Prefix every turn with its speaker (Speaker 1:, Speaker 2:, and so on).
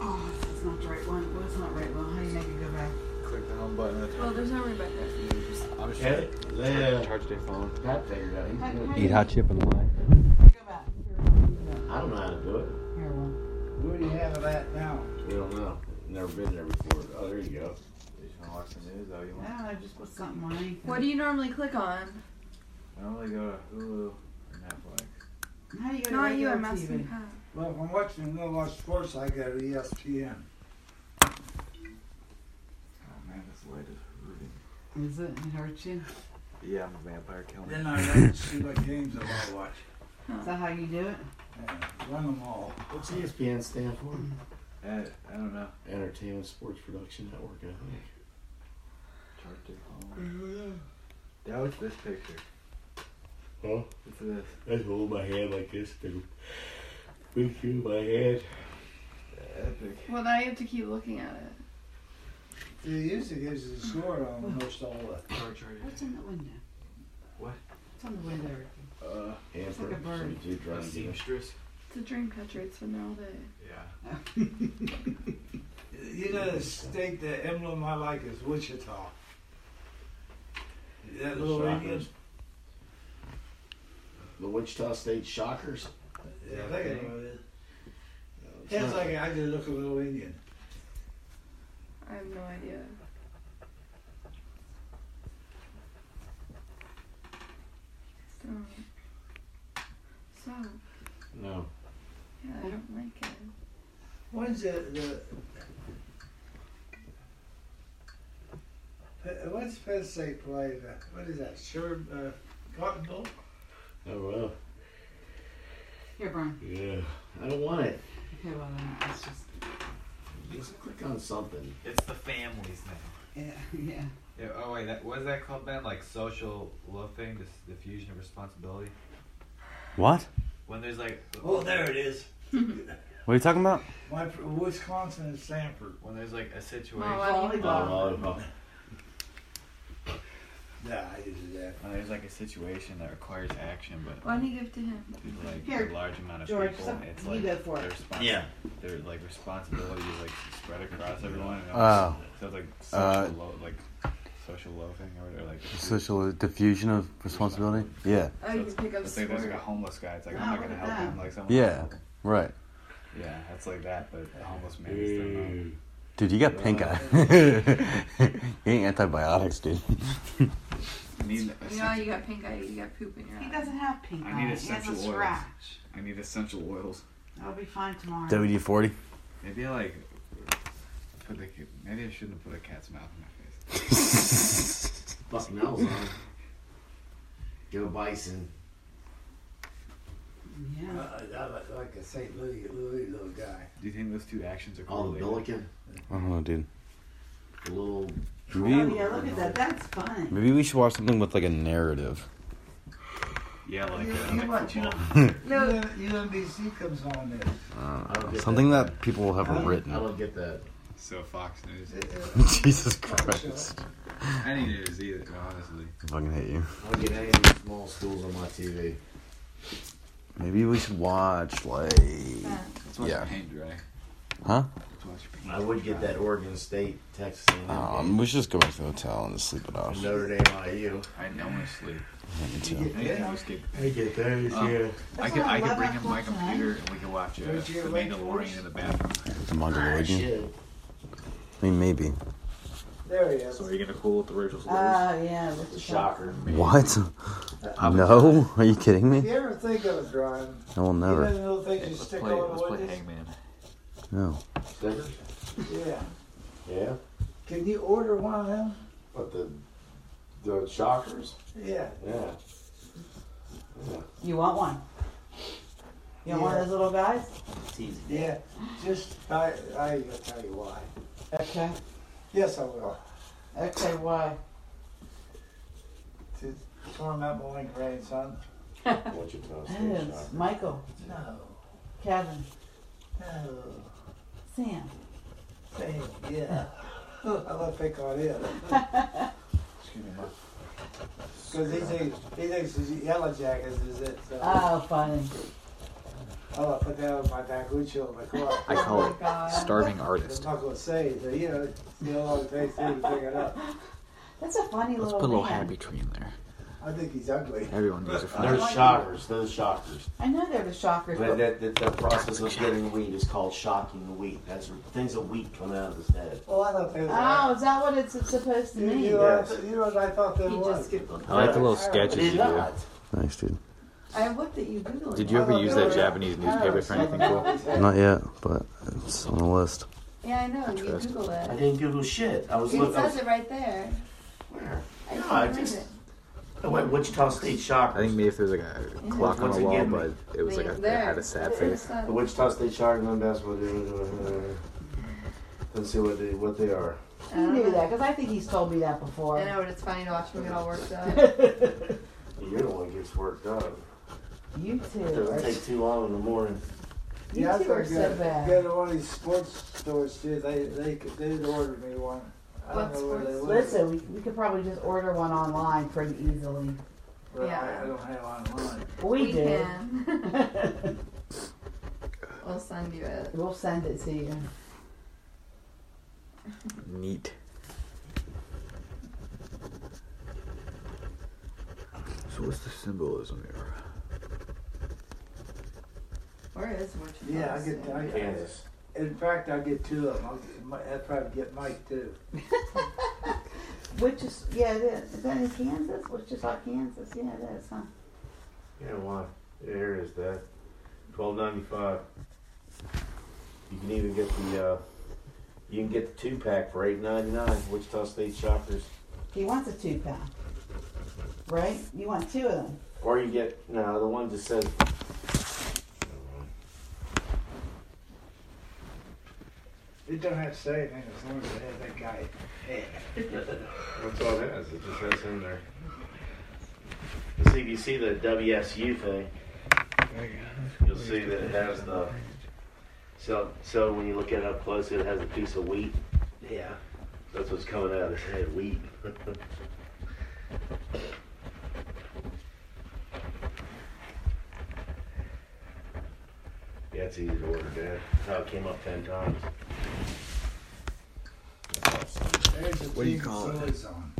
Speaker 1: Oh, not right. Well, how you make it go back?
Speaker 2: Click the home button.
Speaker 3: Well, there's no way back there.
Speaker 2: I'm just
Speaker 4: Hey,
Speaker 2: trying to
Speaker 4: yeah,
Speaker 2: charge their phone.
Speaker 4: Pat figured out. He's
Speaker 1: How-
Speaker 4: good.
Speaker 1: how you-
Speaker 5: chip and lime.
Speaker 1: Go back. Here, well,
Speaker 4: I don't know how to do it.
Speaker 1: Here, well.
Speaker 6: Where do you have it at now?
Speaker 4: We don't know. Never been there before. Oh, there you go.
Speaker 2: You just want to watch the news? Oh, you want?
Speaker 1: I don't know, just put something on anything.
Speaker 3: What do you normally click on?
Speaker 2: I normally go to Hulu or Netflix.
Speaker 1: How do you go to
Speaker 3: Not you,
Speaker 1: regular
Speaker 3: I'm asking
Speaker 1: TV?
Speaker 3: Pat.
Speaker 6: Well, if I'm watching I'm gonna watch sports, I E got ESPN.
Speaker 2: Oh man, this light is hurting.
Speaker 1: Is it? It hurts you?
Speaker 2: Yeah, I'm a vampire. Kill me.
Speaker 6: Then I like to see what games I want to watch.
Speaker 1: Is that how you do it?
Speaker 6: Yeah, run them all.
Speaker 4: What's E ESPN stand for?
Speaker 2: I, I don't know.
Speaker 4: Entertainment Sports Production Network, I think.
Speaker 2: Charge their phone. Yeah, what's this picture?
Speaker 4: Huh?
Speaker 2: What's this?
Speaker 4: I just hold my hand like this to reach you my hand.
Speaker 2: Epic.
Speaker 3: Well, now you have to keep looking at it.
Speaker 6: It usually gives you the score on almost all of it.
Speaker 2: Charge right
Speaker 1: What's in the window?
Speaker 2: What?
Speaker 1: What's on the window?
Speaker 2: Uh,
Speaker 4: And
Speaker 1: It's like
Speaker 4: for
Speaker 1: a bird.
Speaker 4: some dude
Speaker 2: a
Speaker 4: trying to get
Speaker 2: seamstress.
Speaker 3: It's a dream catcher. It's been there all day.
Speaker 2: Yeah.
Speaker 6: You know, the state, the emblem I like is Wichita. That
Speaker 4: The
Speaker 6: little Indian.
Speaker 4: Shockers. The Wichita State Shockers.
Speaker 6: Yeah, I think I know it is. It's like I just look a little Indian.
Speaker 3: I have no idea. Stop. Stop.
Speaker 4: No.
Speaker 3: Yeah, I don't like it.
Speaker 6: When's the, the Pe- when's Penn State play? The, what is that? Sure, uh, Cotton Bowl.
Speaker 4: Oh well.
Speaker 1: Here, Brian.
Speaker 4: Yeah. I don't want it.
Speaker 1: Okay, well, then it's just.
Speaker 4: Just click on something.
Speaker 2: It's the families now.
Speaker 1: Yeah, yeah.
Speaker 2: Yeah, oh wait, that, what is that called, Ben? Like social love thing, this diffusion of responsibility.
Speaker 5: What?
Speaker 2: When there's like,
Speaker 6: Oh, there it is.
Speaker 5: What are you talking about?
Speaker 6: My pr- Wisconsin and Sanford.
Speaker 2: when there's like a situation.
Speaker 3: Oh, I need
Speaker 1: Volleyball.
Speaker 4: Oh,
Speaker 6: Yeah, I uh, use that.
Speaker 2: when there's like a situation that requires action, but
Speaker 3: Why don't you give it to him?
Speaker 2: to like
Speaker 1: Here,
Speaker 2: a large amount of
Speaker 1: George,
Speaker 2: people,
Speaker 1: some-
Speaker 2: it's
Speaker 1: you
Speaker 2: like
Speaker 1: go for it.
Speaker 2: their respons-
Speaker 4: Yeah.
Speaker 2: their like responsibility is like spread across everyone. And
Speaker 5: Oh.
Speaker 2: so it's like social
Speaker 5: Uh,
Speaker 2: lo- like social loafing or whatever. Like
Speaker 5: Social diffusion of responsibility? Yeah.
Speaker 3: Oh,
Speaker 2: so
Speaker 3: you
Speaker 2: it's-
Speaker 3: can pick up
Speaker 2: it's like
Speaker 3: squirt.
Speaker 2: there's like a homeless guy. It's like
Speaker 1: Oh,
Speaker 2: I'm not
Speaker 1: look
Speaker 2: gonna
Speaker 1: at
Speaker 2: help
Speaker 1: that.
Speaker 2: him. Like someone.
Speaker 5: Yeah. Right.
Speaker 2: Yeah, it's like that, but a homeless man is still not.
Speaker 4: no.
Speaker 5: Dude, you got pink eye. you ain't antibiotics, dude.
Speaker 2: I need
Speaker 3: You know, how
Speaker 2: essen-
Speaker 3: you got pink eye, you got poop in your
Speaker 1: He
Speaker 3: eye.
Speaker 1: doesn't have pink
Speaker 2: I
Speaker 1: eye.
Speaker 2: need
Speaker 1: He has a
Speaker 2: essential oils.
Speaker 1: scratch.
Speaker 2: I need essential oils.
Speaker 1: I'll be fine tomorrow.
Speaker 5: WD 40?
Speaker 2: Maybe I like put the ca- maybe I shouldn't have put a cat's mouth in my face.
Speaker 4: Bucknell's on. Go Bison.
Speaker 6: Uh,
Speaker 1: Yeah.
Speaker 6: I like, like a St. Louis, Louis little guy.
Speaker 2: Do you think those two actions are
Speaker 4: All the
Speaker 2: correlated?
Speaker 4: Billiken.
Speaker 5: I don't know, dude.
Speaker 4: The little.
Speaker 1: Oh,
Speaker 5: Maybe,
Speaker 1: yeah, look at that. That's fun.
Speaker 5: maybe we should watch something with like a narrative.
Speaker 2: yeah, like
Speaker 6: You,
Speaker 2: uh,
Speaker 6: you
Speaker 2: like
Speaker 6: watch, you know,
Speaker 2: football.
Speaker 6: UN UNBC comes on this.
Speaker 5: I
Speaker 4: I don't
Speaker 5: don't know.
Speaker 4: get
Speaker 5: Something
Speaker 4: that.
Speaker 5: that people will have
Speaker 4: I
Speaker 5: written.
Speaker 4: don't get that.
Speaker 2: So Fox News.
Speaker 5: Jesus Christ.
Speaker 2: Any news either, honestly.
Speaker 5: I fucking hate you.
Speaker 4: I don't get any of these small schools on my TV.
Speaker 5: Maybe we should watch, like.
Speaker 3: That.
Speaker 2: Let's watch
Speaker 5: Yeah.
Speaker 2: your paint dry.
Speaker 5: Huh?
Speaker 2: Let's watch your paint
Speaker 4: I would get
Speaker 2: dry.
Speaker 4: that Oregon State, Texas A&M,
Speaker 7: Oh,
Speaker 5: Um, we should just go back to the hotel and just sleep it off.
Speaker 4: and Notre Dame, IU.
Speaker 2: I know I'm asleep.
Speaker 5: Me too.
Speaker 2: I can always get-
Speaker 4: I get those.
Speaker 2: Um,
Speaker 4: yeah.
Speaker 2: I
Speaker 1: That's
Speaker 2: could,
Speaker 1: what I
Speaker 2: I could
Speaker 1: love
Speaker 2: bring
Speaker 1: about
Speaker 2: him my
Speaker 1: Fox News.
Speaker 2: computer and we could watch uh, The
Speaker 6: Don't you like
Speaker 2: Mandalorian
Speaker 6: Fox?
Speaker 2: in the bathroom.
Speaker 5: The Mongoloidian?
Speaker 4: Ah, Shit.
Speaker 5: I mean, maybe.
Speaker 6: There he is.
Speaker 2: So are you gonna cool with the Rachel's
Speaker 1: Oh, yeah. With the
Speaker 4: Shocker.
Speaker 5: What? No? Are you kidding me?
Speaker 6: You ever think of it, Ron?
Speaker 5: I will
Speaker 6: You know
Speaker 5: never.
Speaker 6: the little things you
Speaker 2: Let's
Speaker 6: stick
Speaker 2: play,
Speaker 6: on
Speaker 2: let's
Speaker 6: the
Speaker 2: play
Speaker 6: windows?
Speaker 2: Hangman.
Speaker 5: No.
Speaker 4: Sticker?
Speaker 6: Yeah.
Speaker 4: Yeah.
Speaker 6: Can you order one of them?
Speaker 4: What the the shockers?
Speaker 6: Yeah.
Speaker 4: Yeah.
Speaker 1: You want one? You want one of
Speaker 6: Yeah.
Speaker 1: those little guys?
Speaker 6: Yeah, just I I will tell you why.
Speaker 1: Okay.
Speaker 6: Yes, I will.
Speaker 1: Okay, why?
Speaker 6: To torn up my grandson.
Speaker 4: Wichita State
Speaker 1: It's
Speaker 4: shocker.
Speaker 1: Michael,
Speaker 6: No,
Speaker 1: Kevin,
Speaker 6: no.
Speaker 1: Sam.
Speaker 6: Hey, yeah. I love pick on him
Speaker 2: Excuse me, Mark.
Speaker 6: because he thinks he thinks his yellow jackets is it. So
Speaker 2: Ah.
Speaker 1: Oh, funny.
Speaker 6: I'll put that on my back windshield in the car.
Speaker 4: I
Speaker 1: Oh,
Speaker 4: call
Speaker 1: my God.
Speaker 7: starving
Speaker 6: I'm
Speaker 7: artist.
Speaker 6: not gonna say it, but you know, you know, all the things they bring it up.
Speaker 1: That's a funny
Speaker 7: Let's
Speaker 1: little
Speaker 7: put a little
Speaker 1: man.
Speaker 7: happy tree in there.
Speaker 6: I think he's ugly.
Speaker 7: Everyone knows it.
Speaker 1: There's
Speaker 4: They're
Speaker 1: like-
Speaker 4: shockers. They're the shockers.
Speaker 1: I know they're the shockers,
Speaker 4: But
Speaker 1: but
Speaker 4: that, that, that process of getting wheat is called shocking the wheat. That's where things of wheat come out of his head.
Speaker 6: Well, I thought they were.
Speaker 1: oh, is that what it's supposed to
Speaker 6: you,
Speaker 1: mean?
Speaker 6: you, know,
Speaker 4: Yes.
Speaker 6: what I- you know what I thought they
Speaker 3: He
Speaker 6: were.
Speaker 3: just googled.
Speaker 7: I like the little
Speaker 6: Alright.
Speaker 4: But
Speaker 7: sketches
Speaker 4: it's
Speaker 7: you do.
Speaker 4: not.
Speaker 5: Thanks, dude.
Speaker 3: I looked at you googling.
Speaker 7: Did you ever use that Japanese newspaper for anything cool?
Speaker 5: Not yet, but it's on the list.
Speaker 3: Yeah, I know. You
Speaker 7: Interesting.
Speaker 3: Google
Speaker 4: I
Speaker 3: it.
Speaker 4: didn't Google shit. I was
Speaker 3: It
Speaker 4: looking. I was,
Speaker 3: says it right there.
Speaker 4: where?
Speaker 3: I
Speaker 4: No,
Speaker 3: can't
Speaker 4: I
Speaker 3: read
Speaker 4: just-
Speaker 3: it.
Speaker 4: I went Wichita State shockers.
Speaker 7: I think maybe if there's like a clock on
Speaker 4: What's
Speaker 7: the
Speaker 4: it
Speaker 7: wall,
Speaker 4: give me?
Speaker 7: but it was like a,
Speaker 3: It's
Speaker 7: it
Speaker 3: there.
Speaker 7: had a sad
Speaker 3: It's in the
Speaker 7: face.
Speaker 3: sun.
Speaker 4: The Wichita State Sharks and basketball team. Let's uh, see what they what they are.
Speaker 1: He knew that because I think he's told me that before.
Speaker 3: Uh-huh. I know, but it's funny to watch him get all worked up.
Speaker 4: You're the one who gets worked up.
Speaker 1: You
Speaker 4: It
Speaker 1: too.
Speaker 4: doesn't take too long in the morning.
Speaker 1: You
Speaker 6: Yeah, I
Speaker 1: two are
Speaker 6: think
Speaker 1: so bad.
Speaker 6: uh, go to one of these sports stores too. They they they ordered me one. I
Speaker 3: What
Speaker 6: don't know where they
Speaker 3: sports?
Speaker 6: were.
Speaker 1: Listen, we, we could probably just order one online pretty easily.
Speaker 6: But
Speaker 3: Yeah.
Speaker 6: I, I don't have online.
Speaker 1: We,
Speaker 3: we
Speaker 1: do.
Speaker 3: can. we'll send you it.
Speaker 1: we'll send it to you.
Speaker 7: Neat. So what's the symbolism here?
Speaker 3: Where is Wichita?
Speaker 6: Yeah, I
Speaker 3: State?
Speaker 6: get I,
Speaker 4: Kansas.
Speaker 6: In fact, I get two of them. I'll, get Mi- I'll probably get Mike too.
Speaker 1: Which is, yeah, it is. Is that in Kansas? Which is all Kansas? Yeah, it is, huh?
Speaker 4: Yeah, why? There is that. Twelve ninety five. You can even get the uh, you can get the two pack for eight ninety nine. Wichita State Shockers,
Speaker 1: He wants a two pack. Right? You want two of them.
Speaker 4: or you get no the one that says.
Speaker 6: It don't have to say anything as long as they have that guy.
Speaker 4: That's all it has. It just has in there. Let's see if you see the WSU thing. You'll see that it has the. So, so when you look at it up close, it has a piece of wheat. Yeah. That's what's coming out of his head, wheat. yeah, it's easy to order, Dad. How it came up ten times.
Speaker 6: There's a
Speaker 7: What do you
Speaker 6: team
Speaker 7: call it?
Speaker 6: that's always on.